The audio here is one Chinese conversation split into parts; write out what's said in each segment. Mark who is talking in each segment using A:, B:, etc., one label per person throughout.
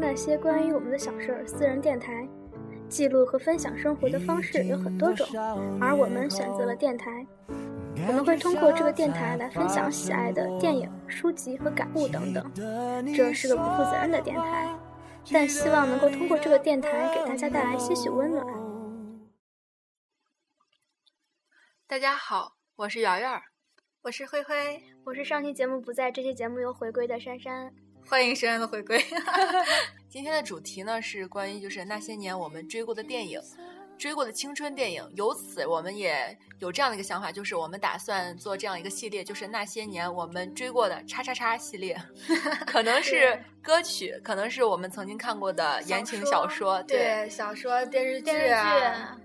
A: 那些关于我们的小事儿私人电台，记录和分享生活的方式有很多种，而我们选择了电台。我们会通过这个电台来分享喜爱的电影、书籍和感悟等等。这是个不负责任的电台，但希望能够通过这个电台给大家带来些许温暖。
B: 大家好，我是瑶瑶儿，
C: 我是灰灰，
B: 嗯
A: 我是上期节目不在，这期节目又回归的珊珊。
C: 欢迎珊珊的回 归。
B: 今天的主题呢是关于就是那些年我们追过的电影，追过的青春电影。由此我们也有这样的一个想法，就是我们打算做这样一个系列，就是那些年我们追过的叉叉叉系列， 可能是歌曲，可能是我们曾经看过的言情小说，对，
C: 对小说、电视剧
A: 电视剧、
C: 啊。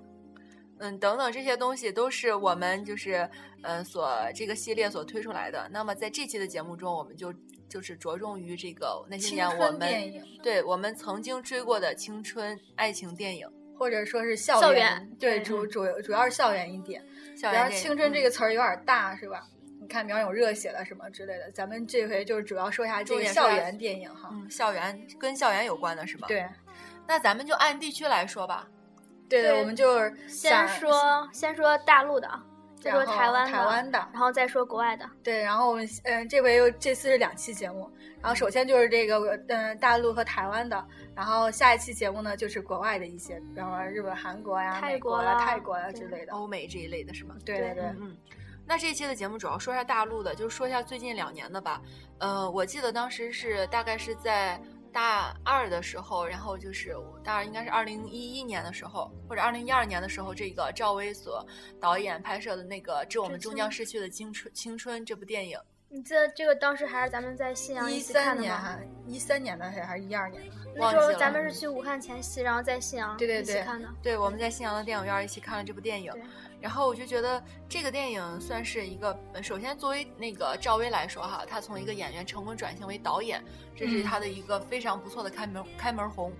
B: 嗯，等等，这些东西都是我们就是呃所这个系列所推出来的。那么在这期的节目中，我们就就是着重于这个那些
C: 青
B: 年
C: 春
B: 我
C: 电
B: 们
C: 影，
B: 对我们曾经追过的青春爱情电影，
C: 或者说是校
A: 校园
C: 对
A: 嗯
C: 主主主要是校园一点，
B: 校
C: 然
B: 园
C: 后
B: 电影
C: 青春这
B: 嗯
C: 个词儿有点大，是吧？你看苗勇热血了什么之类的，咱们这回就是主要说一下这
B: 重
C: 个
B: 点
C: 校
B: 说一下
C: 园电影哈。
B: 嗯校园跟校园有关的是吧？。
C: 对
B: 那咱们就按地区来说吧。
C: 对
A: 对
C: 对，我们就是
A: 先
C: 想
A: 说先说大陆的，再
C: 然
A: 说
C: 后
A: 台湾的，
C: 台湾的，
A: 然后再说国外的。
C: 对，然后我们嗯、呃这回又这次是两期节目，然后首先就是这个嗯、呃大陆和台湾的，然后下一期节目呢就是国外的一些，比方说日本、韩国呀、
A: 泰
C: 美
A: 国
C: 国呀、
A: 啦
C: 泰国呀
A: 对
C: 之类的。
B: 欧美这一类的是吗？
C: 对
A: 对
C: 对
B: 嗯嗯。那这一期的节目主要说一下大陆的，就是说一下最近两年的吧。呃，我记得当时是大概是在大二的时候，然后就是我大二应该是二零一一年的时候，或者二零一二年的时候，这个赵薇所导演拍摄的那个《致我们
A: 致
B: 终
A: 青
B: 将逝去的青春》青春这部电影。
A: 你记得这个当时还是咱们在信阳
C: 一
A: 起看
C: 三
A: 的
C: 年
A: 吗？
C: 还一三年的还是一二年的？
A: 那时
B: 忘
A: 候
B: 记了
A: 咱们是去武汉前夕，然后在信阳
C: 对对
A: 一起
C: 对
A: 看的。
B: 对，我们在信阳的电影院一起看了这部电影
A: 对，
B: 然后我就觉得这个电影算是一个，呃首先作为那个赵薇来说哈，她从一个演员成功转型为导演，这是
C: 嗯
B: 她的一个非常不错的开门开门红。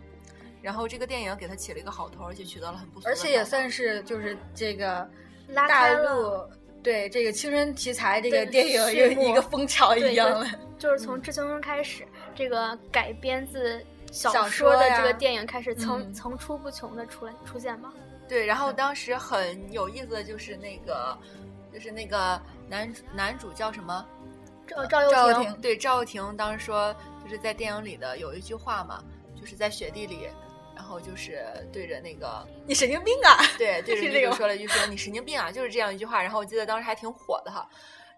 B: 然后这个电影给她起了一个好头，而且取得了很不错的
C: 而
B: 票房，
C: 且也算是就是 这个
A: 拉
C: 大
A: 开了，
C: 陆对这个青春题材这个
A: 对
C: 电影
A: 序
C: 又一
A: 幕
C: 个风潮
A: 对
C: 一
A: 一
C: 样
A: 个
C: 了。
A: 就是从《致青春》开始，这个改编自
C: 小
A: 小
C: 说
A: 说的
C: 呀
A: 这个电影开始层、
C: 嗯
A: 层出不穷的出来出现吧。
B: 对。然后当时很有意思的就是那个，就是那个男主男主叫什么？
A: 赵赵
C: 赵
A: 又
C: 又
A: 廷
C: 廷，
B: 对，赵又廷当时说，就是在电影里的有一句话嘛，就是在雪地里，然后就是对着那个
C: 你神经病啊！
B: 对， 对
C: 是
B: 着
C: 这
B: 女
C: 个
B: 主
C: 吗
B: 说了一句说你神经病啊，就是这样一句话。然后我记得当时还挺火的哈。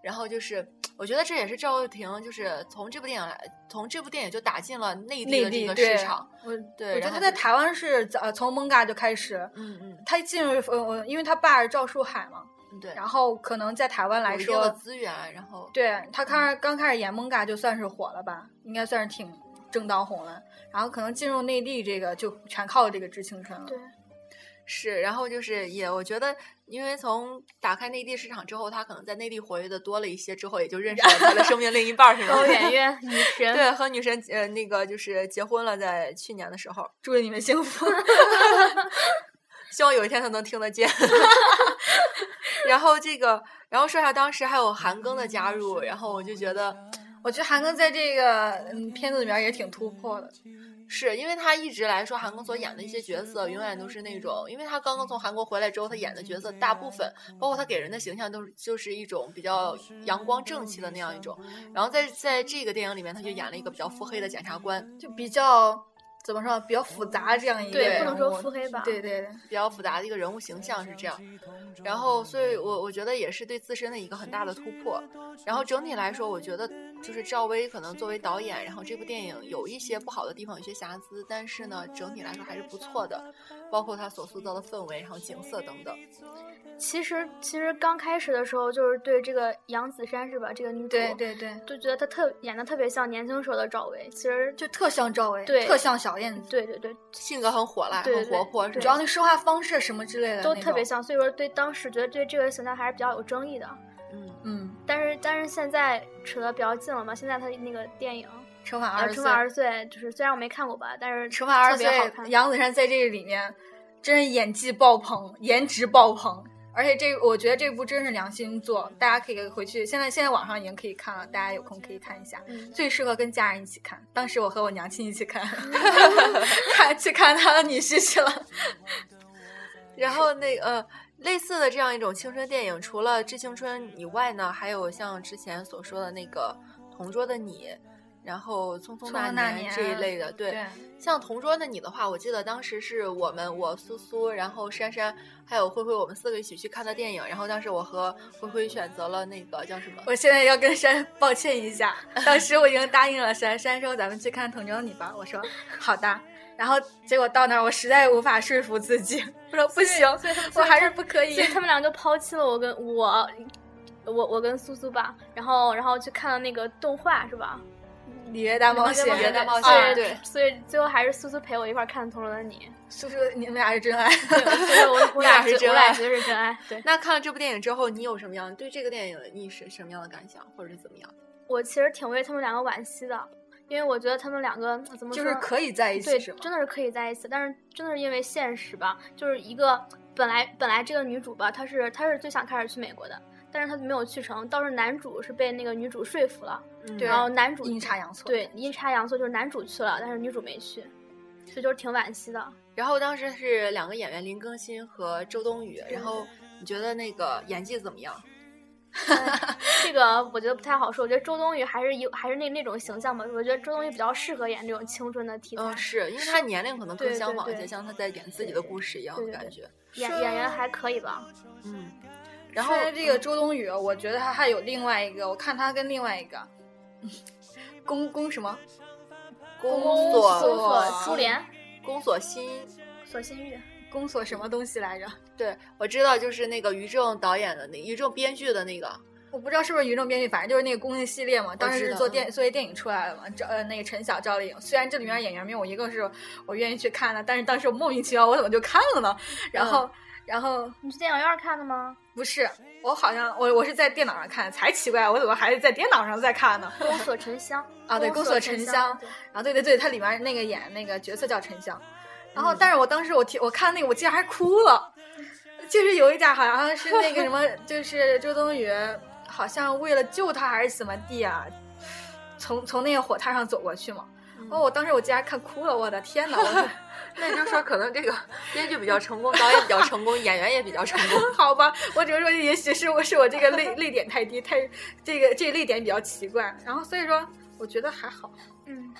B: 然后就是，我觉得这也是赵又廷，就是从这部电影来，从这部电影就打进了内地的这个市场。，
C: 我
B: 对，
C: 我觉
B: 然
C: 得
B: 后
C: 他在
B: 就，
C: 台湾是早呃从蒙嘎就开始，
B: 嗯嗯
C: 他进入呃呃，因为他爸是赵树海嘛，
B: 嗯，对，
C: 然后可能在台湾来
B: 有一定的
C: 说，
B: 资嗯源，然后
C: 对他开始刚开始演蒙嘎就算是火了吧，应该算是挺正当红了。然后可能进入内地这个就全靠这个《致青春》了。
A: 对，
B: 是，然后就是也，我觉得，因为从打开内地市场之后，他可能在内地活跃的多了一些，之后也就认识了他的生命另一半儿，是吗？
A: 高圆圆女神，
B: 对，和女神呃那个就是结婚了，在去年的时候，
C: 祝你们 幸福。
B: 希望有一天他能听得见。然后这个，然后说一下当时还有韩庚的加入，然后我就觉得
C: 我觉得韩庚在这个嗯片子里面也挺突破的，
B: 是因为他一直来说，韩庚所演的一些角色永远都是那种，因为他刚刚从韩国回来之后，他演的角色大部分，包括他给人的形象都是就是一种比较阳光正气的那样一种。然后在在这个电影里面，他就演了一个比较腹黑的检察官，
C: 就比较怎么说，比较复杂这样一个
A: 对，
C: 人物。
A: 不能说腹黑吧？
C: 对对对，
B: 比较复杂的一个人物形象是这样。然后，所以我我觉得也是对自身的一个很大的突破。然后整体来说，我觉得就是赵薇可能作为导演，然后这部电影有一些不好的地方，有些瑕疵，但是呢，整体来说还是不错的，包括她所塑造的氛围，然后景色等等。
A: 其实其实刚开始的时候，就是对这个杨子姗是吧？这个女主，
C: 对对对，
A: 就觉得她特演的特别像年轻时候的赵薇。其实就
C: 就特像赵薇，
A: 对
C: 特像小燕子，
A: 对对对，
B: 性格很火辣，
A: 对
B: 很
A: 对对
B: 活泼，是
A: 对
C: 主要
B: 吧？
C: 那说话方式什么之类的
A: 都
C: 那
A: 特别
C: 种。
A: 像，所以说对当时觉得对这个形象还是比较有争议的。
B: 嗯，
C: 嗯，
A: 但是但是现在扯得比较近了嘛，现在她那个电影
C: 乘法
A: 啊，
C: 二十
A: 乘
C: 四
A: 法二十岁，就是虽然我没看过吧，但是
C: 乘法二
A: 特
C: 十
A: 别好
C: 岁，
A: 看。
C: 杨子姗在这个里面真是演技爆棚，颜值爆棚，而且这我觉得这部真是良心做，大家可以回去，现在现在网上已经可以看了，大家有空可以看一下，
A: 嗯
C: 最适合跟家人一起看。当时我和我娘亲一起看， 看去看他的女婿去了。
B: 然后那呃，类似的这样一种青春电影，除了《致青春》以外呢，还有像之前所说的那个《同桌的你》，然后《匆匆
C: 匆
B: 那
C: 匆那
B: 年》
C: 年
B: 这一类的。对，像《同桌的你》的话，我记得当时是我们我苏苏，然后珊珊还有慧慧，我们四个一起去看的电影。然后当时我和慧慧选择了那个叫什么？
C: 我现在要跟珊抱歉一下，当时我已经答应了珊珊说咱们去看《童真你》吧，我说好的，然后结果到那儿我实在无法说服自己，我说不行，
A: 所以他们
C: 我还是不可以
A: 所以。他们俩就抛弃了我跟我，我我跟苏苏吧，然后然后去看了那个动画是吧？
C: 里约大冒
A: 里
C: 险，
B: 里约大冒险
C: 啊
A: 所以
B: 对
A: 所以最后还是苏苏陪我一块儿看《同桌的 你
C: 叔叔你们俩是真爱。》
A: 对，我觉得我 我
B: 俩
A: 俩
B: 是
A: 觉
B: 真
A: 我俩
B: 爱
A: 觉得是真爱。对
B: 那看了这部电影之后，你有什么样对这个电影你是什么样的感想，或者是怎么样？
A: 我其实挺为他们两个惋惜的，因为我觉得他们两个怎么
C: 就
A: 说
C: 是
A: 呢
C: 可以在一
A: 对，
C: 起是吗？
A: 真的是可以在一起，但是真的是因为现实吧，就是一个本来本来这个女主吧，她是她是最想开始去美国的，但是她没有去成，倒是男主是被那个女主说服了，
B: 嗯
C: 对
A: 然后男主
C: 阴差阳错。
A: 对阴差阳错就是男主去了，但是女主没去，所以就是挺惋惜 的。
B: 然后当时是两个演员林更新和周冬雨，然后你觉得那个演技怎么样？
A: 哎这个我觉得不太好说，我觉得周冬雨还是有还是那那种形象吧，我觉得周冬雨比较适合演这种青春的题材，
C: 哦
B: 嗯，是因为他年龄可能更
A: 对
B: 相
A: 对
B: 仿一
A: 对
B: 些，像他在演自己的故事一样的
A: 对对
B: 感
A: 对
B: 觉。
A: 演演员还可以吧。
B: 嗯，
C: 然
B: 然
C: 后嗯
B: 后
C: 这个周冬雨，我觉得她还有另外一个，我看她跟另外一个，嗯宫宫什么？
B: 宫
C: 宫
B: 锁
A: 搜索
C: 哇
A: 苏联、
B: 宫锁心，
A: 索心玉，
C: 宫锁什么东西来着？
B: 对我知道，就是那个于正导演的那于正编剧的那个，
C: 我不知道是不是于正编剧，反正就是那个宫剧系列嘛，当时
B: 知
C: 是
B: 道
C: 做
B: 嗯
C: 电作为电影出来了嘛。赵呃那个陈晓、赵丽颖，虽然这里面演员没有我一个是我愿意去看的，但是当时我莫名其妙我怎么就看了呢？然
B: 嗯
C: 后、然后
A: 你去电影院看的吗？
C: 不是我好像我我是在电脑上看，才奇怪我怎么还是在电脑上在看呢？
A: 宫锁沉香
C: 啊对宫锁沉香
A: 香，对
C: 啊，对对对，它里面那个演那个角色叫沉香，然后
B: 嗯
C: 但是我当时我听我看那个，我竟然还哭了，就是有一点好像是那个什么，就是周冬雨好像为了救他还是怎么地啊，从从那个火炭上走过去嘛。哦，我当时我竟然看哭了，我的 天哪！我
B: 嗯 那也就是说可能这个编剧比较成功，导演比较成功， 演员也比较成功。
C: 好吧，我只能说，也许是我是我这个泪泪点太低，太这个这泪点比较奇怪。然后所以说，我觉得还好。
A: 嗯，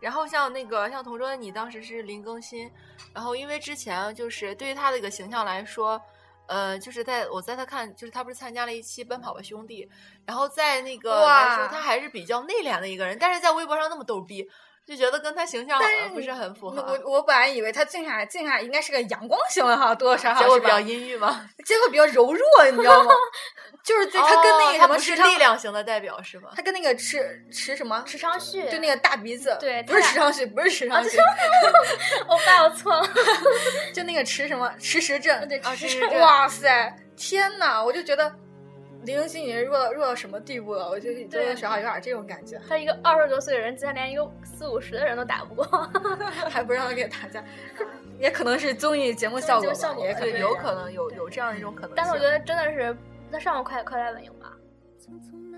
B: 然后像那个像《同桌的你》，当时是林更新，然后因为之前就是对于他的一个形象来说，呃，就是在我在他看，就是他不是参加了一期《奔跑吧兄弟》，然后在那个来说
C: 哇
B: 他还是比较内敛的一个人，但是在微博上那么逗逼，就觉得跟他形象好
C: 但
B: 像
C: 是
B: 不是
C: 你
B: 很符合，
C: 我我本来以为他静下来，静下来应该是个阳光型的哈，多多少少
B: 结果
C: 是
B: 比
C: 吧
B: 较阴郁嘛。
C: 结果比较柔弱，你 知道吗？就是对他跟那
B: 哦他
C: 个什
B: 不
C: 么
B: 是
C: 池
B: 力
C: 昌，
B: 量型的代表是吗？
C: 他跟那个池池什么，
A: 池昌旭，
C: 就那个大鼻子，
A: 对
C: 不
A: 他
C: 是
A: 俩
C: 池昌旭，不是池
A: 啊
C: 昌旭，
A: 欧巴，我错 了，
C: 就那个池什么池石镇，
A: 对
B: 啊，
A: 池
B: 是是是，
C: 哇塞，天呐，我就觉得林更新已经弱到弱到什么地步了，我就多多少少有点这种感觉，
A: 他一个二十多岁的人，竟然连一个四五十的人都打不过，
C: 还不让他给打架， 也可能是综艺节目效果吧，
A: 综艺节目效果
C: 也可
B: 对，
C: 能
B: 有可能有有这样一种可能性。
A: 但是我觉得真的是，那上过快快来文营吧，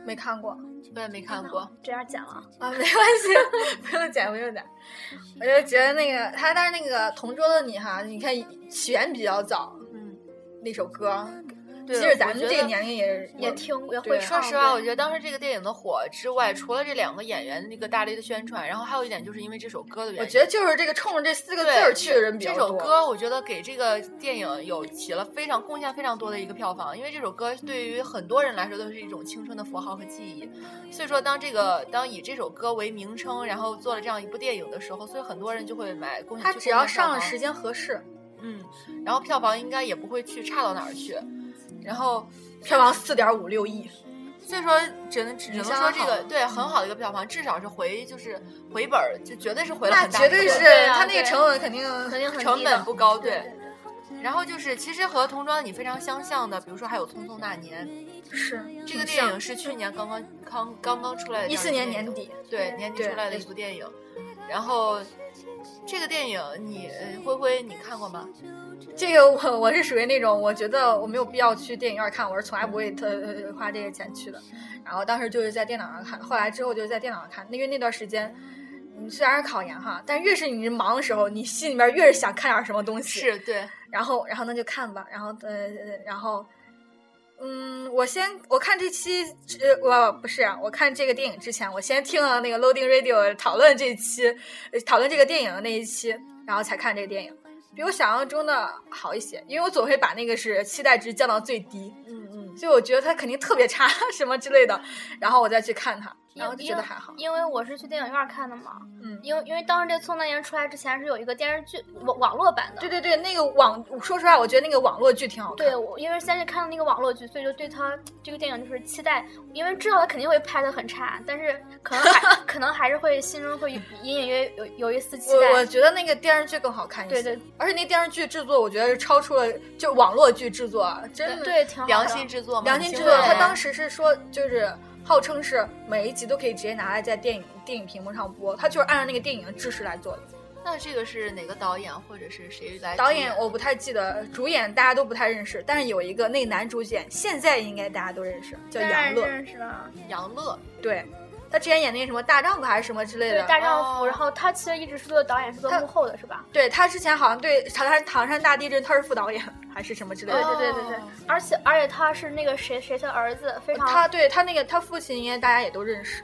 C: 没看过
B: 我也没看过，
A: 这样讲啊，
C: 啊，没关系， 不用剪，不用剪。我就觉得那个他，但是那个《同桌的你》哈，你看起源比较早，
B: 嗯，
C: 那首歌，
B: 对
C: 其实
B: 我
C: 咱们
B: 觉
C: 这个
B: 得
C: 年龄也是
A: 也听也会
C: 对嗯啊
A: 唱。
B: 说实话，
A: 对
B: 我觉得当时这个电影的火之外，除了这两个演员那个大力的宣传，然后还有一点就是因为这首歌的原因。
C: 我觉得就是这个冲着这四个字
B: 对
C: 儿去的人比
B: 这
C: 较
B: 首
C: 多。
B: 歌，我觉得给这个电影有起了非常贡献非常多的一个票房，因为这首歌对于很多人来说都是一种青春的符号和记忆。所以说，当这个当以这首歌为名称，然后做了这样一部电影的时候，所以很多人就会买贡献。
C: 他
B: 去
C: 只
B: 贡
C: 要
B: 献票
C: 上了
B: 房
C: 时间合适，
B: 嗯，然后票房应该也不会去差到哪儿去。然后
C: 票房四点五六亿，
B: 所以说，只能只能
C: 营销
B: 说这
C: 好嗯
B: 个对很好的一个票房，至少是回就是回本儿，就绝对是回了
C: 那
B: 很大
C: 绝
B: 一部
C: 对
B: 分，
C: 是
A: 对啊
C: 他那个
A: 对
C: 成本肯定
A: 肯定很低的
B: 成本不高，对。
A: 对对
B: 然后就是，其实和《童装的你》非常相像的，比如说还有《匆匆那年》
C: 嗯是
B: 这个电影是去年刚刚刚刚刚出来的这样
C: 一
B: 一
C: 四
B: 个
C: 年
B: 电影
C: 年底，
B: 对年底
C: 对
B: 出来的一部电影。然后这个电影你呃灰灰你看过吗？
C: 这个我我是属于那种，我觉得我没有必要去电影院看，我是从来不会特呃花这些钱去的。然后当时就是在电脑上看，后来之后就是在电脑上看，因为那段时间你虽然是考研哈，但越是你忙的时候，你心里面越是想看点什么东西。
B: 是对，
C: 然后然后那就看吧，然后呃然后。嗯，我先我看这期呃，我不是、啊、我看这个电影之前，我先听了那个 Loading Radio 讨论这一期，呃讨论这个电影的那一期，然后才看这个电影，比我想象中的好一些，因为我总会把那个是期待值降到最低，
B: 嗯嗯，
C: 所以我觉得它肯定特别差 什么之类的，然后我再去看它，然后就觉得还好，
A: 因为我是去电影院看的嘛，
C: 嗯，
A: 因为因为当时这《宋丹岩》出来之前是有一个电视剧网网络版的，
C: 对对对，那个网说实话，我觉得那个网络剧挺好看，
A: 对，我因为先是看了那个网络剧，所以就对他这个电影就是期待，因为知道他肯定会拍的很差，但是可能还可能还是会心中会隐隐约约有有一丝期
C: 我我
A: 待。
C: 觉得那个电视剧更好看一些，
A: 对对
C: 而且那电视剧制作，我觉得是超出了就网络剧制作，啊真的
A: 对，挺好的。
B: 良心制作嘛，
C: 良心制
B: 经
C: 作。
B: 过
C: 他当时是说，就是号称是每一集都可以直接拿来在电影电影屏幕上播，他就是按照那个电影的知识来做的。
B: 那这个是哪个导演或者是谁来
C: 导
B: 主
C: 演我不太记得，主演大家都不太认识，但是有一个那个男主演现在应该大家都认识，叫
A: 当然
C: 杨乐。
A: 认识了，
B: 杨乐，
C: 对，他之前演那个什么大丈夫还是什么之类
A: 对
C: 的。
A: 大丈夫，
B: 哦
A: 然后他其实一直是做导演，是做
C: 他
A: 幕后的，是吧？
C: 对他之前好像对唐山唐山大地震他是副导演还是什么之类的。
A: 对对对对对
B: 哦，
A: 而且而且他是那个谁谁的儿子，非常
C: 他对他那个他父亲应该大家也都认识，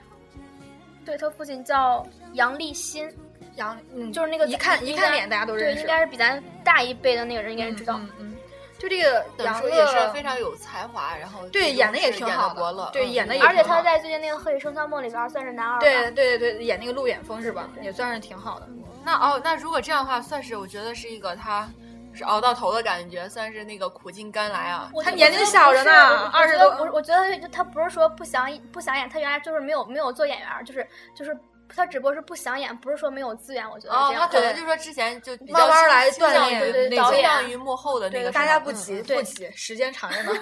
A: 对他父亲叫杨立新，
C: 杨嗯
A: 就是那个
C: 一看一
A: 应该
C: 看脸大家都
A: 对，
C: 认识，
A: 应该是比咱大一辈的那个人应该是知道。
C: 嗯嗯，嗯就这个
B: 等于
C: 杨
B: 说
C: 乐
B: 也是非常有才华，然后
C: 对
B: 最终
C: 演得也
B: 是
C: 挺
B: 演
C: 好
B: 得
C: 的
B: 伯乐，
C: 对
B: 嗯
C: 演得也
A: 而且
C: 挺好
A: 他在最近那个《何以笙箫默》里边算是男二吧，
C: 对对对对演那个陆远峰是吧？也算是挺好的。
B: 那哦，那如果这样的话，算是我觉得是一个他是熬到头的感觉，算是那个苦尽甘来啊。
A: 我
C: 他
A: 觉
C: 年
A: 我觉
C: 龄
A: 得
C: 小
A: 不
C: 着
A: 是
C: 呢
A: 我
C: 20
A: 我觉得
C: 多
A: 不是，我觉得他他不是说不想不想演，他原来就是没有没有做演员，就是就是他只不过是不想演，不是说没有资源，我觉得
B: 哦
A: 这，样。
B: 他可能就是说之前就比较
C: 慢慢来
B: 倾向
C: 锻炼
B: 于
A: 对对
B: 倾
A: 导演
B: 向于幕后的那个
C: 对
B: 是
C: 大
B: 吧
C: 家不
B: 嗯
C: 急
B: 嗯
C: 不
A: 对
C: 急，时间 长着呢。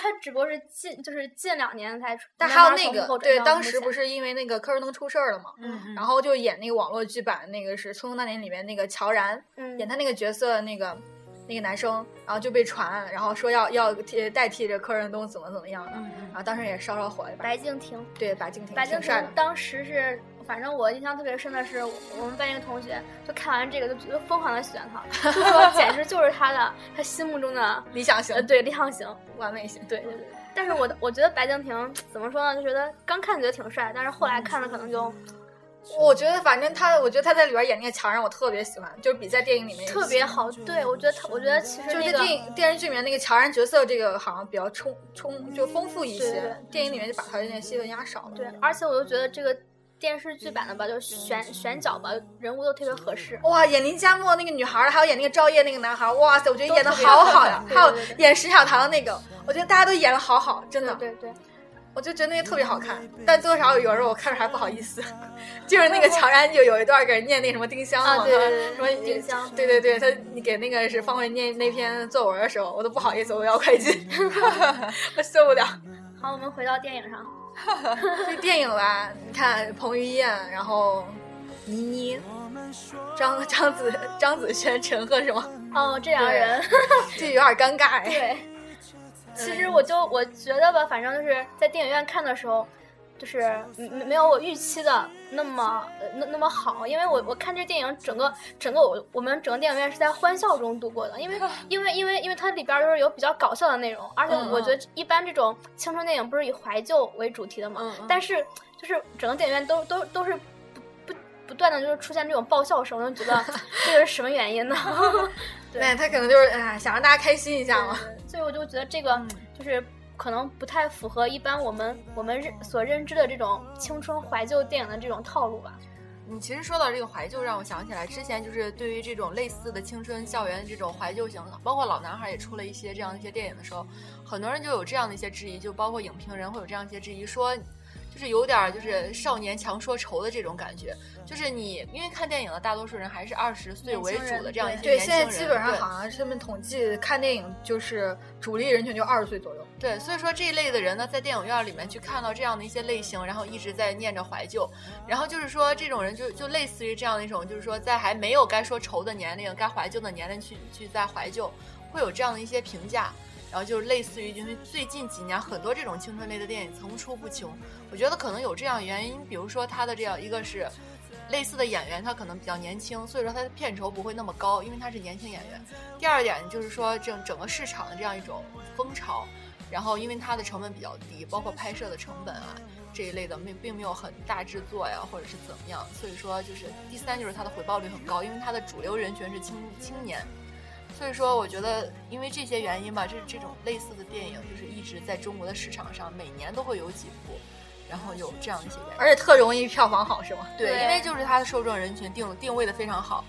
A: 他只不过是近就是近两年才出，
C: 但
A: 慢
C: 还有
A: 慢
C: 那
A: 从幕
C: 个
A: 后
C: 对，
A: 转到
C: 当
A: 幕
C: 时
A: 前
C: 不是因为那个柯受东出事儿了嘛，
B: 嗯嗯
C: 然后就演那个网络剧版那个是《匆匆那年》里面那个乔然
A: 嗯
C: 演他那个角色那个。那个男生，然后就被传，然后说要要替代替这柯震东怎么怎么样的，
B: 嗯
C: 然后当时也稍稍火了一把。
A: 白敬亭。
C: 对，白敬亭
A: 白敬
C: 挺帅的
A: 亭，当时是，反正我印象特别深的是，我我们班一个同学就看完这个就觉得疯狂的喜欢他，就说简直就是他的他心目中的
C: 理想型嗯
A: 呃，对理想型。
C: 完美型。
A: 对对对。但是我的我觉得白敬亭怎么说呢，就觉得刚看觉得挺帅，但是后来看了可能就
C: 我觉得反正他，我觉得他在里边演那个乔让我特别喜欢，就是比在电影里面
A: 特别。好。对我觉得他，我觉得其实
C: 就是
A: 那
C: 在
A: 个
C: 电影电视剧里面那个乔然角色，这个好像比较充充就丰富一些，
A: 对对对
C: 电影里面就把他有点戏份压少了。
A: 对，而且我就觉得这个电视剧版的吧，就是选选角吧，人物都特别合适。
C: 哇，演林佳墨那个女孩儿，还有演那个赵烨那个男孩儿，哇塞，我觉得演的
A: 都特别
C: 好好呀
A: 好！对
C: 还有
A: 对对
C: 演石小棠的那个，我觉得大家都演的好好，真的，
A: 对对，
C: 我就觉得那个特别好看。但多少有时候我看着还不好意思， 就 是那个乔然就有一段给人念那什么丁香
A: 啊
C: 嘛，
A: 对对对，
C: 什么
A: 丁香，
C: 对对对，他你给那个是方慧念那篇作文的时候，我都不好意思，我要快进， 我受不了。
A: 好，我们回到电影上。
C: 这电影吧，你看彭于晏，然后倪妮、 张张子张子萱、陈赫是吗？
A: 哦，这两个
C: 对
A: 人。
C: 这有点尴尬 哎。
A: 对，其实我就我觉得吧，反正就是在电影院看的时候，就是没没有我预期的那么呃那那么好，因为我我看这电影整个整个我我们整个电影院是在欢笑中度过的， 因为因为因为因为它里边儿就是有比较搞笑的内容，而且
B: 嗯
A: 我
B: 嗯
A: 觉得一般这种青春电影不是以怀旧为主题的嘛，
B: 嗯嗯
A: 但是就是整个电影院都都都是。不不不断的就是出现这种爆笑声，我就觉得 这个是什么原因呢？ 对
C: 那他可能就是啊，想让大家开心一下嘛。
A: 所以我就觉得这个就是可能不太符合一般我们我们认所认知的这种青春怀旧电影的这种套路吧。
B: 你其实说到这个怀旧，让我想起来之前就是对于这种类似的青春校园这种怀旧型，包括老男孩也出了一些这样的一些电影的时候，很多人就有这样的一些质疑，就包括影评人会有这样一些质疑，说就是有点儿就是少年强说愁的这种感觉。就是你因为看电影的大多数人还是二十岁为主的这样一些
C: 对，
B: 年
C: 现
B: 轻人，
C: 在基本上
B: 对
C: 好像是他们统计看电影就是主力人群就二十岁左右。
B: 对，所以说这一类的人呢，在电影院里面去看到这样的一些类型，然后一直在念着怀旧，然后就是说这种人就就类似于这样的一种，就是说在还没有该说愁的年龄、该怀旧的年龄去去在怀旧，会有这样的一些评价，然后就是类似于因为最近几年很多这种青春类的电影层出不穷，我觉得可能有这样的原因，比如说他的这样一个是。类似的演员，他可能比较年轻，所以说他的片酬不会那么高，因为他是年轻演员。第二点就是说，整整个市场的这样一种风潮，然后因为它的成本比较低，包括拍摄的成本啊这一类的，没并没有很大制作呀，或者是怎么样，所以说就是第三就是它的回报率很高，因为它的主流人群是青青年，所以说我觉得因为这些原因吧，这这种类似的电影就是一直在中国的市场上每年都会有几部，然后有这样的一些原因。
C: 而且特容易票房好是吗？
B: 对，
A: 对
B: 因为就是它的受众人群定定位的非常好。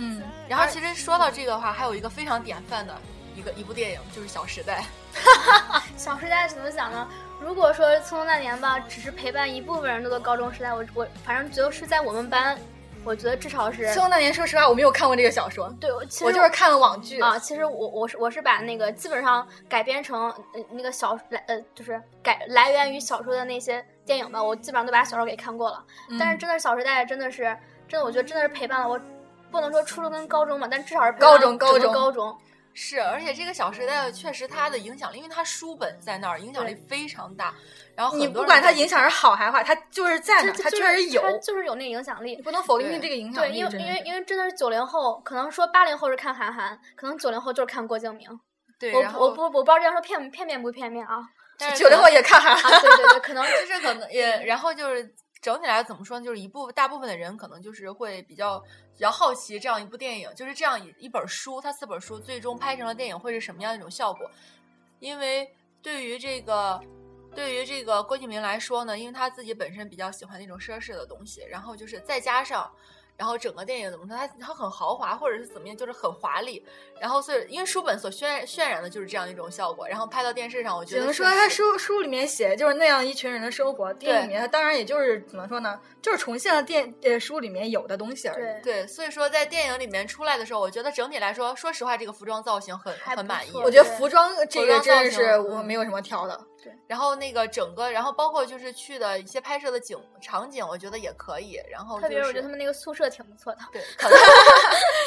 C: 嗯，
B: 然后其实说到这个的话，还有一个非常典范的一个一部电影就是《小时代》。
A: 《小时代》怎么讲呢？如果说《匆匆那年》吧，只是陪伴一部分人度过高中时代，我我反正觉得是在我们班，我觉得至少是
C: 《匆匆那年》，说实话我没有看过这个小说，
A: 对，我其实
C: 我就是看了网剧
A: 啊，其实我我是我是把那个基本上改编成呃那个小来呃就是改来源于小说的那些电影吧，我基本上都把小说给看过了。
C: 嗯
A: 但是真的《小时代》真的是真的，我觉得真的是陪伴了我，不能说初中跟高中吧，但至少是陪伴
C: 高
A: 了
C: 中高
A: 整个
C: 中
A: 高中。
B: 是，而且这个《小时代》确实它的影响力，因为它书本在那儿，影响力非常大。然后
C: 你
B: 很多
C: 不
B: 人
C: 管它
B: 都
C: 影响是好还是坏，它就是在那儿，
A: 这
C: 它
A: 就
C: 确
A: 是
C: 实有，
A: 它就是有那个影响力
C: 你。不能否定这个影响
A: 对，
C: 力。
A: 因为
C: 真的
A: 因
C: 是
A: 为因为真的是九零后，可能说八零后是看韩寒，可能九零后就是看郭敬明。
B: 对，
A: 我
B: 然
A: 我
B: 后
A: 不我不知道这样说片片面不片面啊？
B: 但是
C: 九零后也看
A: 啊，
C: 韩，
A: 对对对，可能
B: 就是可能也，然后就是整体来怎么说呢？就是一部大部分的人可能就是会比较比较好奇这样一部电影，就是这样一一本书，它四本书最终拍成了电影会是什么样的一种效果？因为对于这个。对于这个郭敬明来说呢，因为他自己本身比较喜欢那种奢侈的东西，然后就是再加上，然后整个电影怎么说，它它很豪华或者是怎么样，就是很华丽，然后所以因为书本所渲渲染的就是这样一种效果，然后拍到电视上，我觉
C: 只
B: 得
C: 能说
B: 确实
C: 他书书里面写的就是那样一群人的生活，电影里面它当然也就是怎么说呢，就是重现了电呃书里面有的东西而
A: 对。
C: 已。
B: 对，所以说在电影里面出来的时候，我觉得整体来说，说实话，这个服装造型很
A: 还
B: 很
A: 不
B: 满意。
A: 错
C: 我觉得
A: 对
C: 服装这个
B: 服装
C: 真
B: 造型
C: 的是我
B: 嗯
C: 没有什么挑的，
B: 然后那个整个，然后包括就是去的一些拍摄的景场景，我觉得也可以。然后、就
A: 特
B: 是、
A: 别是我觉得他们那个宿舍挺不错的。
B: 对，可能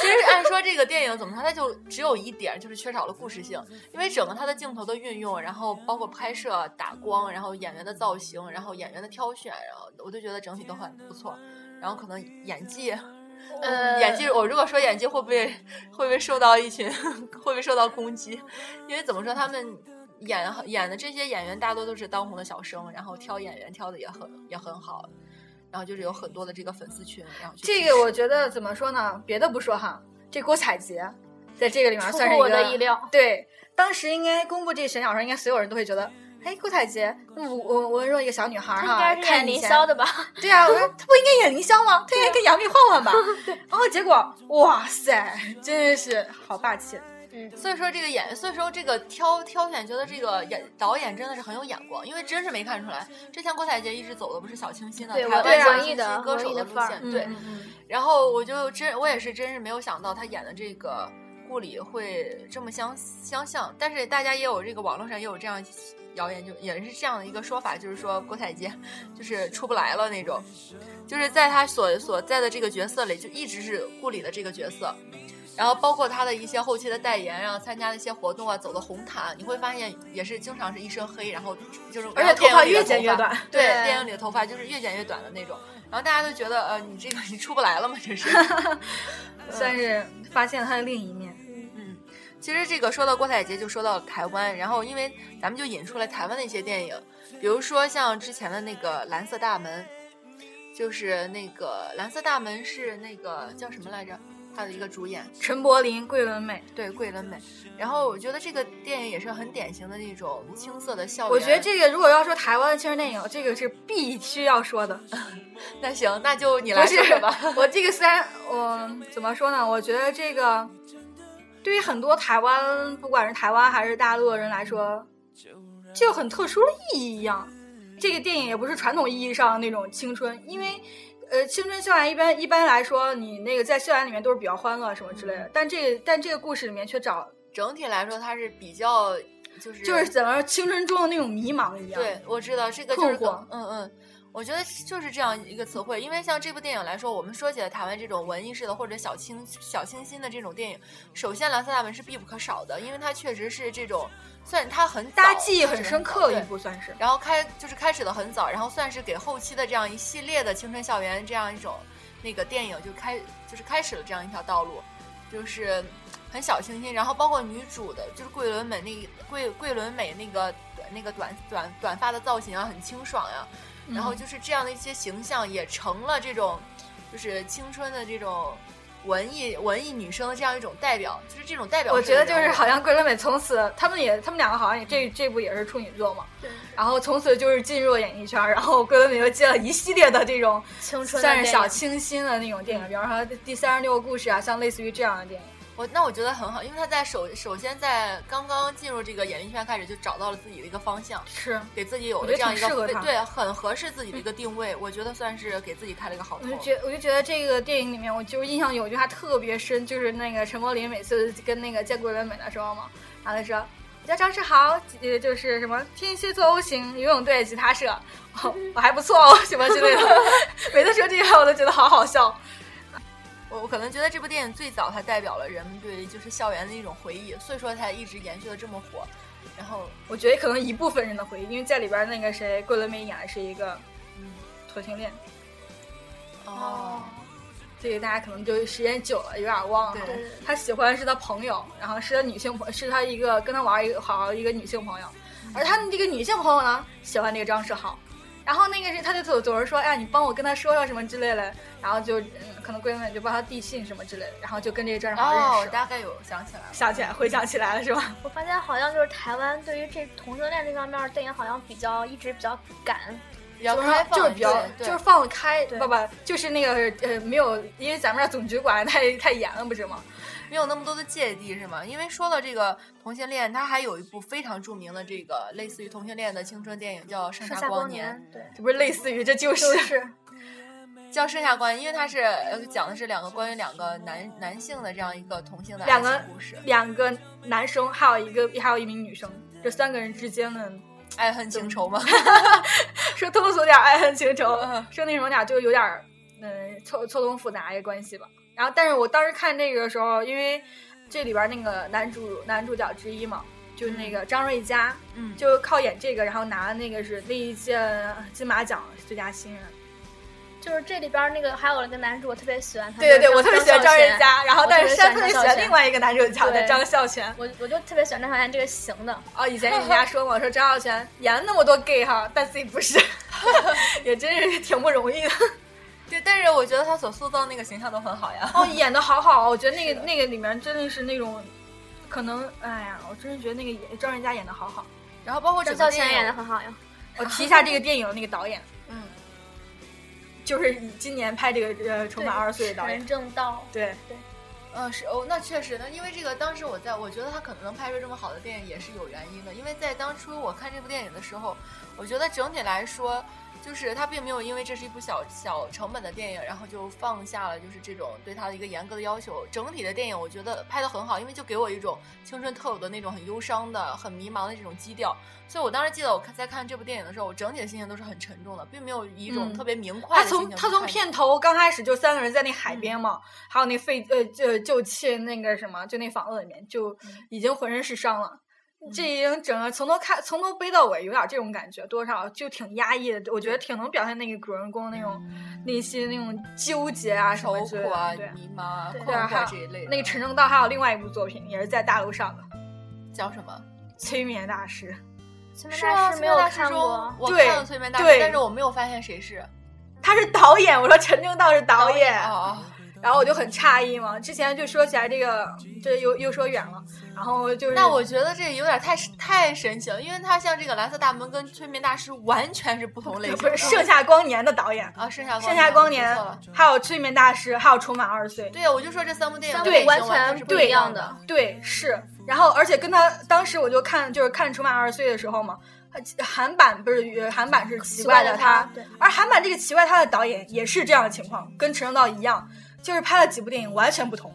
B: 其实按说这个电影怎么说，它就只有一点，就是缺少了故事性，因为整个它的镜头的运用，然后包括拍摄、啊打光，然后演员的造型，然后演员的挑选，然后我就觉得整体都很不错。然后可能演技，
C: 嗯
A: 呃，
B: 演技，嗯我如果说演技会不会会不会受到一群会不会受到攻击？因为怎么说，他们演演的这些演员大多都是当红的小生，然后挑演员挑的也很也很好，然后就是有很多的这个粉丝群，然后去
C: 这
B: 支
C: 个我觉得怎么说呢？别的不说哈，这郭采洁在这个里面
A: 出
C: 算是
A: 乎
C: 一个
A: 我的意料。
C: 对，当时应该公布这选角的时候，应该所有人都会觉得，哎，郭采洁，那么温温柔一个小女孩儿
A: 他
C: 哈，
A: 应该是
C: 看
A: 演
C: 以
A: 凌
C: 前
A: 霄的吧？
C: 对啊，我说她不应该演凌霄吗？她应该跟杨幂换 换吧。然后结果，哇塞，真的是好霸气。
A: 嗯，
B: 所以说这个演，所以说这个挑挑选，觉得这个演导演真的是很有眼光，因为真是没看出来。之前郭采洁一直走的不是小清新啊的，
A: 对
B: 台
A: 文
B: 湾小
A: 文艺
B: 清
A: 的
B: 新歌
A: 文
B: 手
A: 艺
B: 的
A: 的
B: 路
A: 范儿嗯
B: 线，对。然后我就真，我也是真是没有想到他演的这个顾里会这么相相像，但是大家也有这个网络上也有这样谣言，就也是这样的一个说法，就是说郭采洁就是出不来了那种，就是在他所所在的这个角色里，就一直是顾里的这个角色。然后包括他的一些后期的代言啊，参加的一些活动啊，走的红毯，你会发现也是经常是一身黑，然后就是
C: 而
B: 然后
C: 且头
B: 电影
C: 发
B: 里的
C: 越剪越短，
B: 对，
A: 对
B: 电影里的头发就是越剪越短的那种，然后大家都觉得，呃，你这个你出不来了嘛，这 是。
C: 算是发现了她的另一面。
B: 嗯，其实这个说到郭采洁，就说到台湾，然后因为咱们就引出来台湾的一些电影，比如说像之前的那个《蓝色大门》，就是那个《蓝色大门》是那个叫什么来着？他的一个主演，
C: 陈柏霖、桂纶镁，
B: 对桂纶镁。然后我觉得这个电影也是很典型的那种青涩的校园。
C: 我觉得这个如果要说台湾的青春电影，这个是必须要说的。
B: 那行，那就你
C: 不
B: 来
C: 是
B: 说说吧。
C: 我这个虽然我怎么说呢，我觉得这个对于很多台湾，不管是台湾还是大陆的人来说，就有很特殊的意义一样。这个电影也不是传统意义上的那种青春，因为呃，青春校园一般一般来说，你那个在校园里面都是比较欢乐什么之类的，但这个但这个故事里面却找
B: 整体来说它是比较就是
C: 就是怎么说青春中的那种迷茫一样。
B: 对，我知道这个就是
C: 困惑
B: 嗯嗯，我觉得就是这样一个词汇，因为像这部电影来说，我们说起来台湾这种文艺式的或者小清小清新的这种电影，首先《蓝色大门》是必不可少的，因为它确实是这种算它很早
C: 大家记忆
B: 开始
C: 很
B: 早
C: 深刻的
B: 对
C: 一部算是。
B: 然后开就是开始的很早，然后算是给后期的这样一系列的青春校园这样一种那个电影就开就是开始了这样一条道路，就是很小清新。然后包括女主的，就是桂纶镁那桂桂纶镁那个那个短短短发的造型啊，很清爽呀、
C: 嗯
B: 然后就是这样的一些形象也成了这种就是青春的这种文艺文艺女生的这样一种代表，就是这种代表
C: 我
B: 式
C: 觉
B: 的
C: 得就
B: 人
C: 是
B: 物
C: 好像桂纶镁从此，他们也他们两个好像也这这部也是处女作嘛，
A: 对
C: 然后从此就是进入了演艺圈，然后桂纶镁又接了一系列的这种
A: 青春的
C: 算是
A: 电
C: 小
A: 影
C: 清新的那种电影，比方说第三十六个故事啊，像类似于这样的电影。
B: 我那我觉得很好，因为他在首首先在刚刚进入这个演艺圈开始就找到了自己的一个方向，
C: 是，
B: 给自己有
C: 我
B: 了
C: 觉得
B: 这样一个
C: 挺适合
B: 对
C: 他嗯
B: 对很合适自己的一个定位，我觉得算是给自己开了一个好
C: 我
B: 头
C: 就。觉我就觉得这个电影里面，我就是印象有一句话特别深，就是那个陈柏霖每次跟那个见桂纶镁的时候嘛，然后他说。大家张志豪，呃，就是什么天蝎座 O 型，游泳队吉他社， 我我还不错哦，什么之类的。 每次说这些，我都觉得好好笑。
B: 我我可能觉得这部电影最早它代表了人们对于就是校园的一种回忆，所以说它一直延续的这么火。然后
C: 我觉得可能一部分人的回忆，因为在里边那个谁，桂纶镁演的是一个
B: 嗯
C: 同性恋，
B: 哦，
C: 这个大家可能就时间久了有点忘了。
B: 对
A: 对
C: 他喜欢是他朋友，然后是他女性朋，是他一个跟他玩一个好一个女性朋友，而他这个女性朋友呢喜欢这个张世豪，然后那个是他就总总是说，哎呀，你帮我跟他说说什么之类的，然后就、嗯、可能闺蜜就帮他递信什么之类的，然后就跟这个张世豪认
B: 哦，
C: 识了。
B: 大概有想起来了。
C: 想起来，回想起来了是吧？
A: 我发现好像就是台湾对于这同性恋这方面儿电影好像比较一直比较赶，
B: 比较
C: 就是
B: 开放
C: 就是比较
B: 对
C: 就是放得开，
A: 对
C: 不不，就是那个呃没有，因为咱们这儿总局管得太太严了，不是吗？
B: 没有那么多的芥蒂，是吗？因为说到这个同性恋，它还有一部非常著名的这个类似于同性恋的青春电影，叫《盛
A: 盛
B: 夏
A: 夏光
B: 年》，
A: 年，对，
C: 这不是类似于这就是
A: 就是
B: 叫《盛夏光年》，因为它是呃讲的是两个关于两个男男性的这样一个同性的爱
C: 两个
B: 情故事，
C: 两个男生，还有一个还有一名女生，这三个人之间的
B: 爱恨哎情仇嘛。
C: 说通俗点儿爱恨情仇，说那什么点儿就有点儿嗯错错综复杂一个关系吧。然后，但是我当时看这个的时候，因为这里边那个男主男主角之一嘛，就是那个张瑞佳，
B: 嗯，
C: 就靠演这个，然后拿了那个是那一届金马奖最佳新人。
A: 就是这里边儿那个还有那个男主，我特别喜欢他，
C: 对
A: 就
C: 对对，
A: 是
C: 我特别喜欢
A: 张
C: 张
A: 孝
C: 瑞
A: 全。
C: 佳，然后
A: 我
C: 但
A: 特
C: 是
A: 别
C: 现在
A: 喜欢
C: 特别喜
A: 张
C: 欢
A: 孝
C: 另外一个男主角的
A: 对
C: 张孝全。
A: 我我就特别喜欢张小娴这个型的，
C: 哦，以前人家说嘛，说张孝全演了那么多 gay 哈，但自己不 是，也真是挺不容易的。
B: 对，但是我觉得他所塑造那个形象都很好呀。
C: 哦，演的好好，我觉得那个那个里面真的是那种，可能哎呀，我真是觉得那个演张人家演的好好。
B: 然后包括
A: 张
B: 整
A: 孝
B: 个
A: 全
B: 电
A: 演的
B: 影，
A: 很好呀。
C: 我提一下这个电影的那个导演，
B: 嗯，
C: 就是今年拍这个呃《重返二十岁》的导演
A: 陈。正道，
C: 对，
B: 呃，是哦，那确实呢，因为这个当时我在，我觉得他可能能拍出这么好的电影也是有原因的，因为在当初我看这部电影的时候，我觉得整体来说，就是他并没有因为这是一部小小成本的电影，然后就放下了就是这种对他的一个严格的要求。整体的电影我觉得拍的很好，因为就给我一种青春特有的那种很忧伤的、很迷茫的这种基调。所以我当时记得我看在看这部电影的时候，我整体的心情都是很沉重的，并没有以一种
C: 嗯
B: 特别明快
C: 他
B: 的心情
C: 从
B: 去看这
C: 他
B: 个、
C: 从片头刚开始就三个人在那海
B: 嗯
C: 边嘛，还有那废呃就就气那个什么，就那房子里面就
B: 嗯
C: 已经浑身是伤了。这已经整个从头看从头背到尾，有点这种感觉，多少就挺压抑的。我觉得挺能表现那个主人公那种内心那种纠结啊什
B: 嗯愁
C: 么之类
B: 苦
C: 的。
B: 啊、
C: 对，
B: 迷茫啊、
A: 对
B: 困惑
C: 还
B: 啊
C: 有
B: 这一类的。
C: 那个陈正道还有另外一部作品，也是在大陆上的
B: 叫什么？
C: 《催眠大师
A: 催眠
B: 是
A: 大
B: 啊，
A: 师没
B: 催眠
A: 有
B: 大师
A: 看过
B: 中，，我
C: 对
B: 看了催眠大师
C: 对，
B: 但是我没有发现谁是》，
C: 他是导演。我说陈正道是导演，
B: 哦，
C: 然后我就很诧异嘛。之前就说起来这个，这又又说远了。然后就是
B: 那我觉得这有点太太神奇了，因为它像这个《蓝色大门》跟《催眠大师》完全是不同类型
C: 不
B: 的。
C: 是《盛夏光年》的导演，
B: 啊，盛夏
C: 《盛夏光年
B: 说错了》
C: 还有《催眠大师》还有《重返二十岁》。
B: 嗯对啊呀，我就说这三部电影
A: 三
B: 类
A: 部完
B: 型全
A: 全
B: 是
A: 不
B: 一
A: 一
B: 样
A: 样的。。
C: 对，是。然后，而且跟他当时我就看，就是看《重返二十岁》的时候嘛，韩版不是韩版是奇
A: 奇
C: 怪
A: 怪
C: 的
A: 的
C: 他，
A: 对，
C: 而韩版这个奇怪他的导演也是这样的情况，跟陈正道一样，就是拍了几部电影完全不同。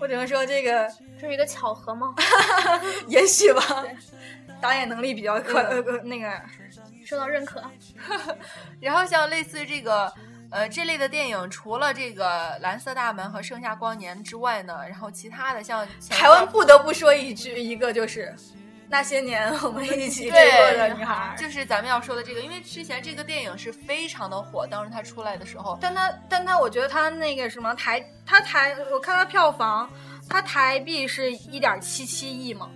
C: 我只能说这个
A: 这是一个巧合吗？
C: 也许吧，导演能力比较可、呃呃那个
A: 受到认可，
B: 然后像类似这个，呃，这类的电影，除了这个《蓝色大门》和《盛夏光年》之外呢，然后其他的像前一
C: 台湾
B: 段
C: 不得不说一句，一个就是那些年我们一起追过的女孩。
B: 就是咱们要说的这个，因为之前这个电影是非常的火，当时它出来的时候，
C: 但他但他，我觉得他那个什么台，他台，我看他票房，他台币是一点七七亿嘛，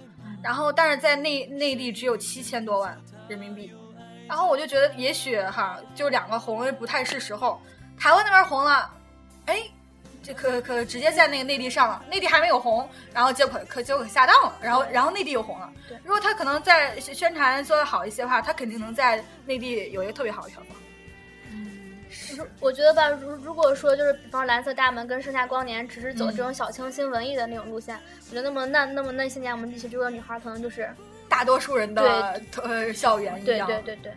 C: 然后但是在内内地只有七千多万人民币，然后我就觉得也许哈，就两个红不太是时候，台湾那边红了，哎，这可可直接在那个内地上了，内地还没有红，然后结果可结果下档了，然后然后内地又红了
A: 对，
C: 如果他可能在宣传做得好一些的话，他肯定能在内地有一个特别好的票房。
A: 如我觉得吧，如如果说就是比方《蓝色大门》跟《盛夏光年》只是走这
C: 嗯
A: 种小清新文艺的那种路线，我觉得那么那那么那些年我们一起追过的女孩，可能就是
C: 大多数人的呃校园一
A: 对
C: 样。
A: 对对对，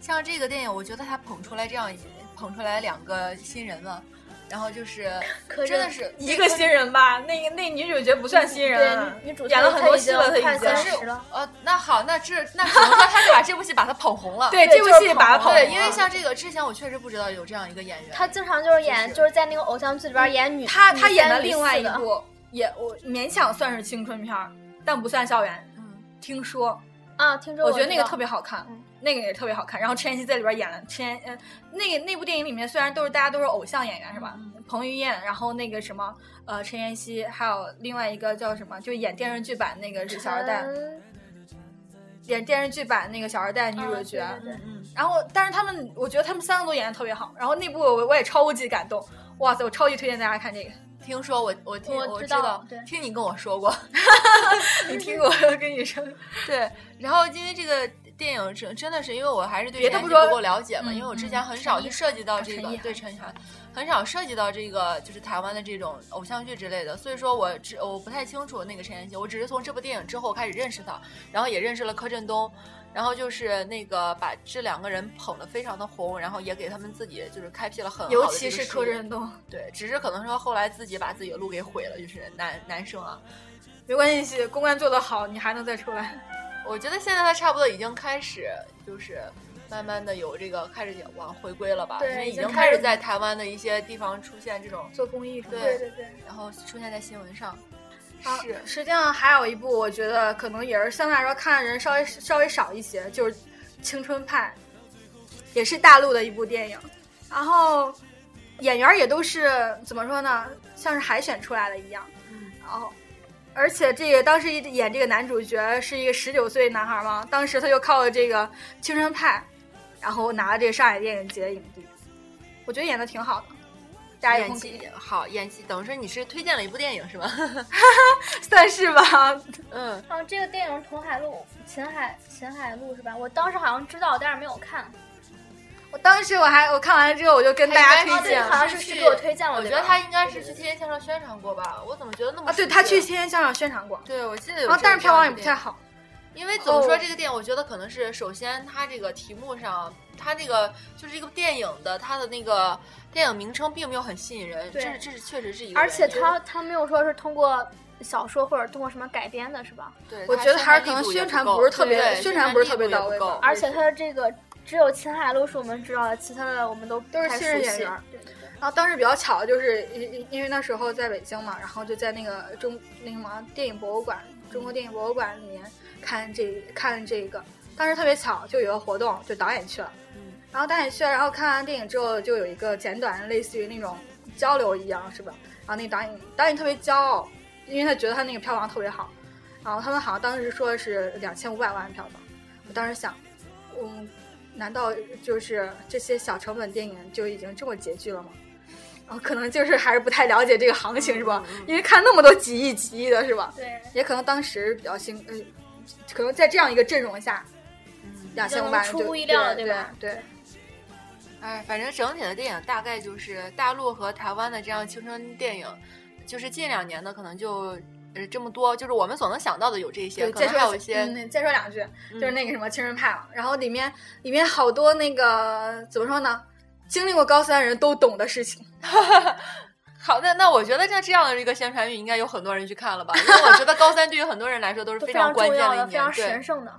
B: 像这个电影，我觉得它捧出来这样捧出来两个新人了，然后就是
A: 可
B: 真的是
C: 一个新人吧，那那女主角不算新人了
A: 对女女主
C: 演了很多戏了，
A: 她已经
C: 她已
A: 快
C: 经
A: 三。十了，
B: 呃，那好，那这那只能说他是把这部戏把它捧红了。
C: 对
A: 对
C: 这部
A: 就是
C: 戏把她
A: 捧红
C: 捧红了，
B: 对，因为像这个之前我确实不知道有这样一个演员，
A: 她经常就是演
B: 就是
A: 就是在那个偶像剧里边演女，
C: 她
A: 女
C: 她嗯演
A: 三
C: 的
A: 女
C: 另外
A: 四
C: 一
A: 的
C: 部也我勉强算是青春片儿，但不算校园。
B: 嗯，
C: 听说，
A: 啊，听说
C: 我觉得
A: 知
C: 那个
A: 道
C: 特别好看
A: 嗯，
C: 那个也特别好看。然后陈妍希在里边演了陈妍，呃，那个那部电影里面虽然都是大家都是偶像演员是吧？彭于晏，然后那个什么，呃，陈妍希，还有另外一个叫什么，就演电视剧版那个是小二代，
A: 嗯
C: 演电视剧版那个小二代女
A: 啊
C: 主
A: 对
C: 角。嗯
A: 对对
B: 嗯
C: 然后，但是他们，我觉得他们三个都演的特别好。然后那部我我也超级感动，哇塞，我超级推荐大家看这个。
B: 听说我我听
A: 我
B: 知
A: 知
B: 道
A: 道对
B: 听你跟我说过，
C: 你听过我 跟你说，
B: 对，然后因为这个电影真真的是因为我还是对
C: 别的
B: 陈
C: 不
B: 妍希
C: 说
B: 不够了解嘛，
C: 嗯啊
B: 因为我之前很少去涉及到这
C: 陈
B: 个
C: 意涵
B: 对陈意涵，很少涉及到这个就是台湾的这种偶像剧之类的，所以说我只我不太清楚那个陈妍希，我只是从这部电影之后开始认识她，然后也认识了柯震东。然后就是那个把这两个人捧得非常的红，然后也给他们自己就是开辟了很好的
C: 尤其
B: 这个
C: 是
B: 事
C: 柯
B: 业
C: 震东，
B: 对，只是可能说后来自己把自己的路给毁了，就是男男生啊，
C: 没关系，公关做得好，你还能再出来。
B: 我觉得现在他差不多已经开始，就是慢慢的有这个开始往回归了吧，
A: 对
B: 因为已
A: 已
B: 经
A: 经
B: 开
A: 开
B: 始
A: 始
B: 在台湾的一些地方出现这种，
C: 做公益什么的
B: 对
A: 对对对，
B: 然后出现在新闻上。
C: 啊
B: 是，
C: 实际上还有一部，我觉得可能也是相对来说看的人稍微稍微少一些，就是《青春派》，也是大陆的一部电影，然后演员也都是怎么说呢，像是海选出来的一样，
B: 嗯
C: 然后。而且这个当时演这个男主角是一个十九岁男孩嘛，当时他就靠这个《青春派》，然后拿了这个上海电影节影帝，我觉得演的挺好的，大家有
B: 演
C: 空可以
B: 技好，演技等于说你是推荐了一部电影是 吗？
C: 算是吧，
B: 嗯，
A: 哦，这个电影《桐海路》，秦海秦海路是吧？我当时好像知道，但是没有看。
C: 我当时我还我看完之后，我就跟大家
B: 他应该
C: 推荐
A: 哦
C: 了
A: 对好像是
B: 去
A: 是给我推荐了
B: 我
A: 对
B: 觉得
A: 吧
B: 他应该是去天天向上宣传过吧，我怎么觉得那么
C: 啊，对
B: 熟
C: 他
B: 悉啊
C: 去，天天向上宣传过，
B: 对我记得有这个这样的电影，
C: 然后但是票房也不太好，
B: 因为总说
C: 哦
B: 这个电影，我觉得可能是首先它这个题目上，它这个就是一个电影的它的那个电影名称并没有很吸引人，这
A: 对
B: 是这是确实是一个原
A: 而
B: 因，
A: 且他他没有说是通过小说或者通过什么改编的，是吧？
B: 对，
C: 我
B: 它
C: 觉得还是可
B: 力
C: 能
B: 度也
C: 宣传
B: 不
C: 不是特
B: 够对
C: 别
B: 对
C: 宣
B: 传
C: 传不是
B: 力
C: 特别
B: 度也
C: 到
B: 不
C: 位
B: 够
C: 吧
A: 而且他的这个只有秦海路是我们知道的，其他的我们都
C: 都是
A: 不太
C: 新人
A: 熟
C: 演
A: 悉
C: 员。
A: 对对对，
C: 然后当时比较巧，就是因因因为那时候在北京嘛，然后就在那个中那个什么电影博物馆，中国电影博物馆里面看这看这个，当时特别巧，就有个活动，就导演去了，
B: 嗯
C: 然后导演去了，然后看完电影之后，就有一个简短类似于那种交流一样，是吧？然后那个导演导演特别骄傲，因为他觉得他那个票房特别好，然后他们好像当时说是两千五百万票房，我当时想，嗯，难道就是这些小成本电影就已经这么拮据了吗？然后可能就是还是不太了解这个行情是吧？因为看那么多几亿几亿的是吧？
A: 对
C: 也可能当时比较兴，呃，可能在这样一个阵容下，两
A: 就
C: 千五
A: 能
C: 百
A: 出乎意料了
C: 对
A: 对吧
C: 对，
B: 哎，反正整体的电影大概就是大陆和台湾的这样青春电影，就是近两年呢，可能就呃这么多，就是我们所能想到的有这些，
C: 对，
B: 可
C: 再
B: 能
C: 说
B: 还有一些、
C: 嗯，再说两句，
B: 嗯
C: 就是那个什么《青春派》嘛，然后里面里面好多那个怎么说呢，经历过高三的人都懂的事情。
B: 好，那那我觉得像这样的一个宣传语，应该有很多人去看了吧？因为我觉得高三对于很多人来说都是
A: 都非
B: 常
A: 常
B: 关
A: 重
B: 键
A: 要
B: 一
A: 的，
B: 年，
A: 非常
B: 对
A: 神。圣的。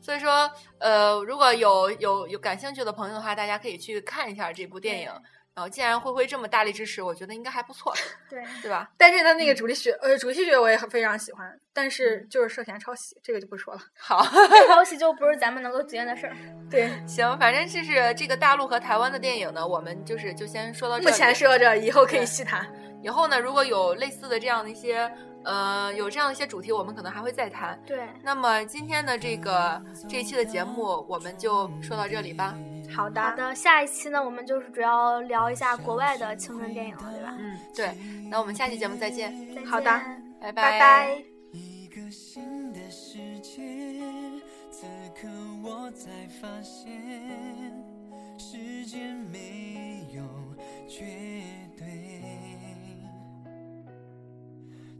B: 所以说，呃，如果有有有感兴趣的朋友的话，大家可以去看一下这部电影。然后，既然灰灰这么大力支持，我觉得应该还不错，
A: 对，
B: 对 吧？
C: 但是他
B: 嗯
C: 那个主题曲，呃，主题曲我也很非常喜欢，但是就是涉嫌抄袭，这个就不说了。
B: 好，
A: 抄袭就不是咱们能够决定的事儿。
C: 对，
B: 行，反正就是这个大陆和台湾的电影呢，我们就是就先说到这里。
C: 目前说到这，以后可以
B: 对
C: 细谈。
B: 以后呢，如果有类似的这样的一些，呃，有这样的一些主题，我们可能还会再谈。
A: 对，
B: 那么今天的这个这一期的节目，我们就说到这里吧。
C: 好的
A: 好的，下一期呢，我们就是主要聊一下国外的青春电影了，对吧？
B: 嗯，对，那我们下期节目再见，
A: 再见
C: 好的
B: 拜
C: 拜拜。
D: 一个新的世界，此刻我才发现，时间没有绝对，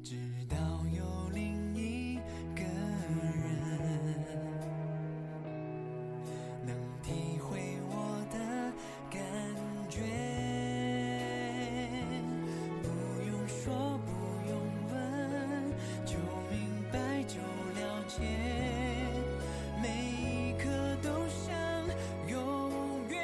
D: 直到有另一个人。能体会我的感觉。不用说，不用问，就明白，就了解，每一刻都像永远。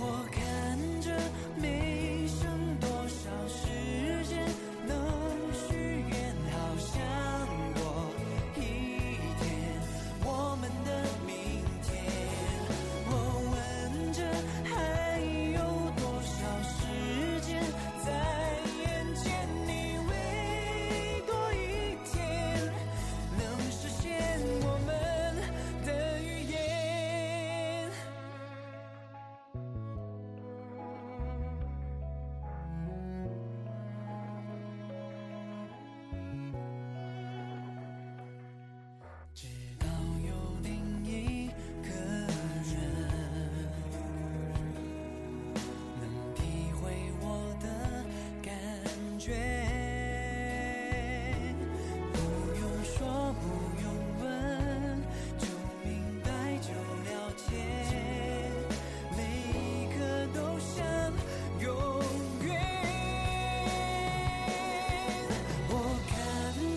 D: 我看着没剩多少时间能许愿，好想过一天我们的明天。我问着还有多少时间在眼前，你为多一天能实现我们的预言。直到有另一个人能体会我的感觉，不用说，不用问，就明白，就了解，每一刻都像永远。我看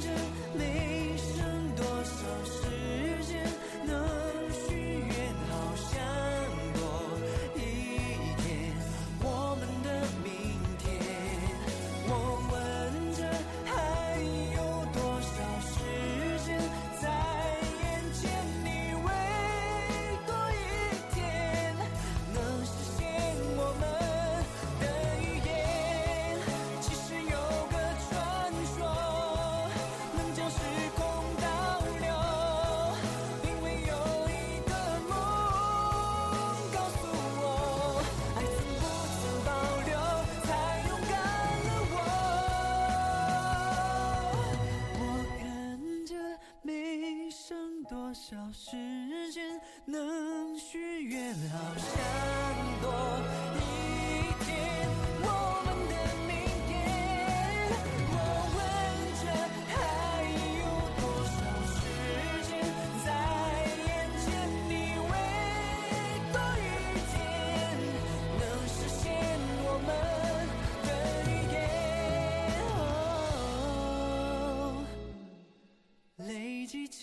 D: 着没剩多少时间能许愿，好想多一天我们的明天。我问着还有多少时间在眼前，你为多一天能实现我们的预言。其实有个传说，能将时空倒流，因为有一个梦告诉我，爱曾不曾保留，才勇敢了我。我看着没剩多少时间能许愿，好想多一天我们的明天。我问着还有多少时间在眼前，你为多一天能实现我们的预言。哦累积成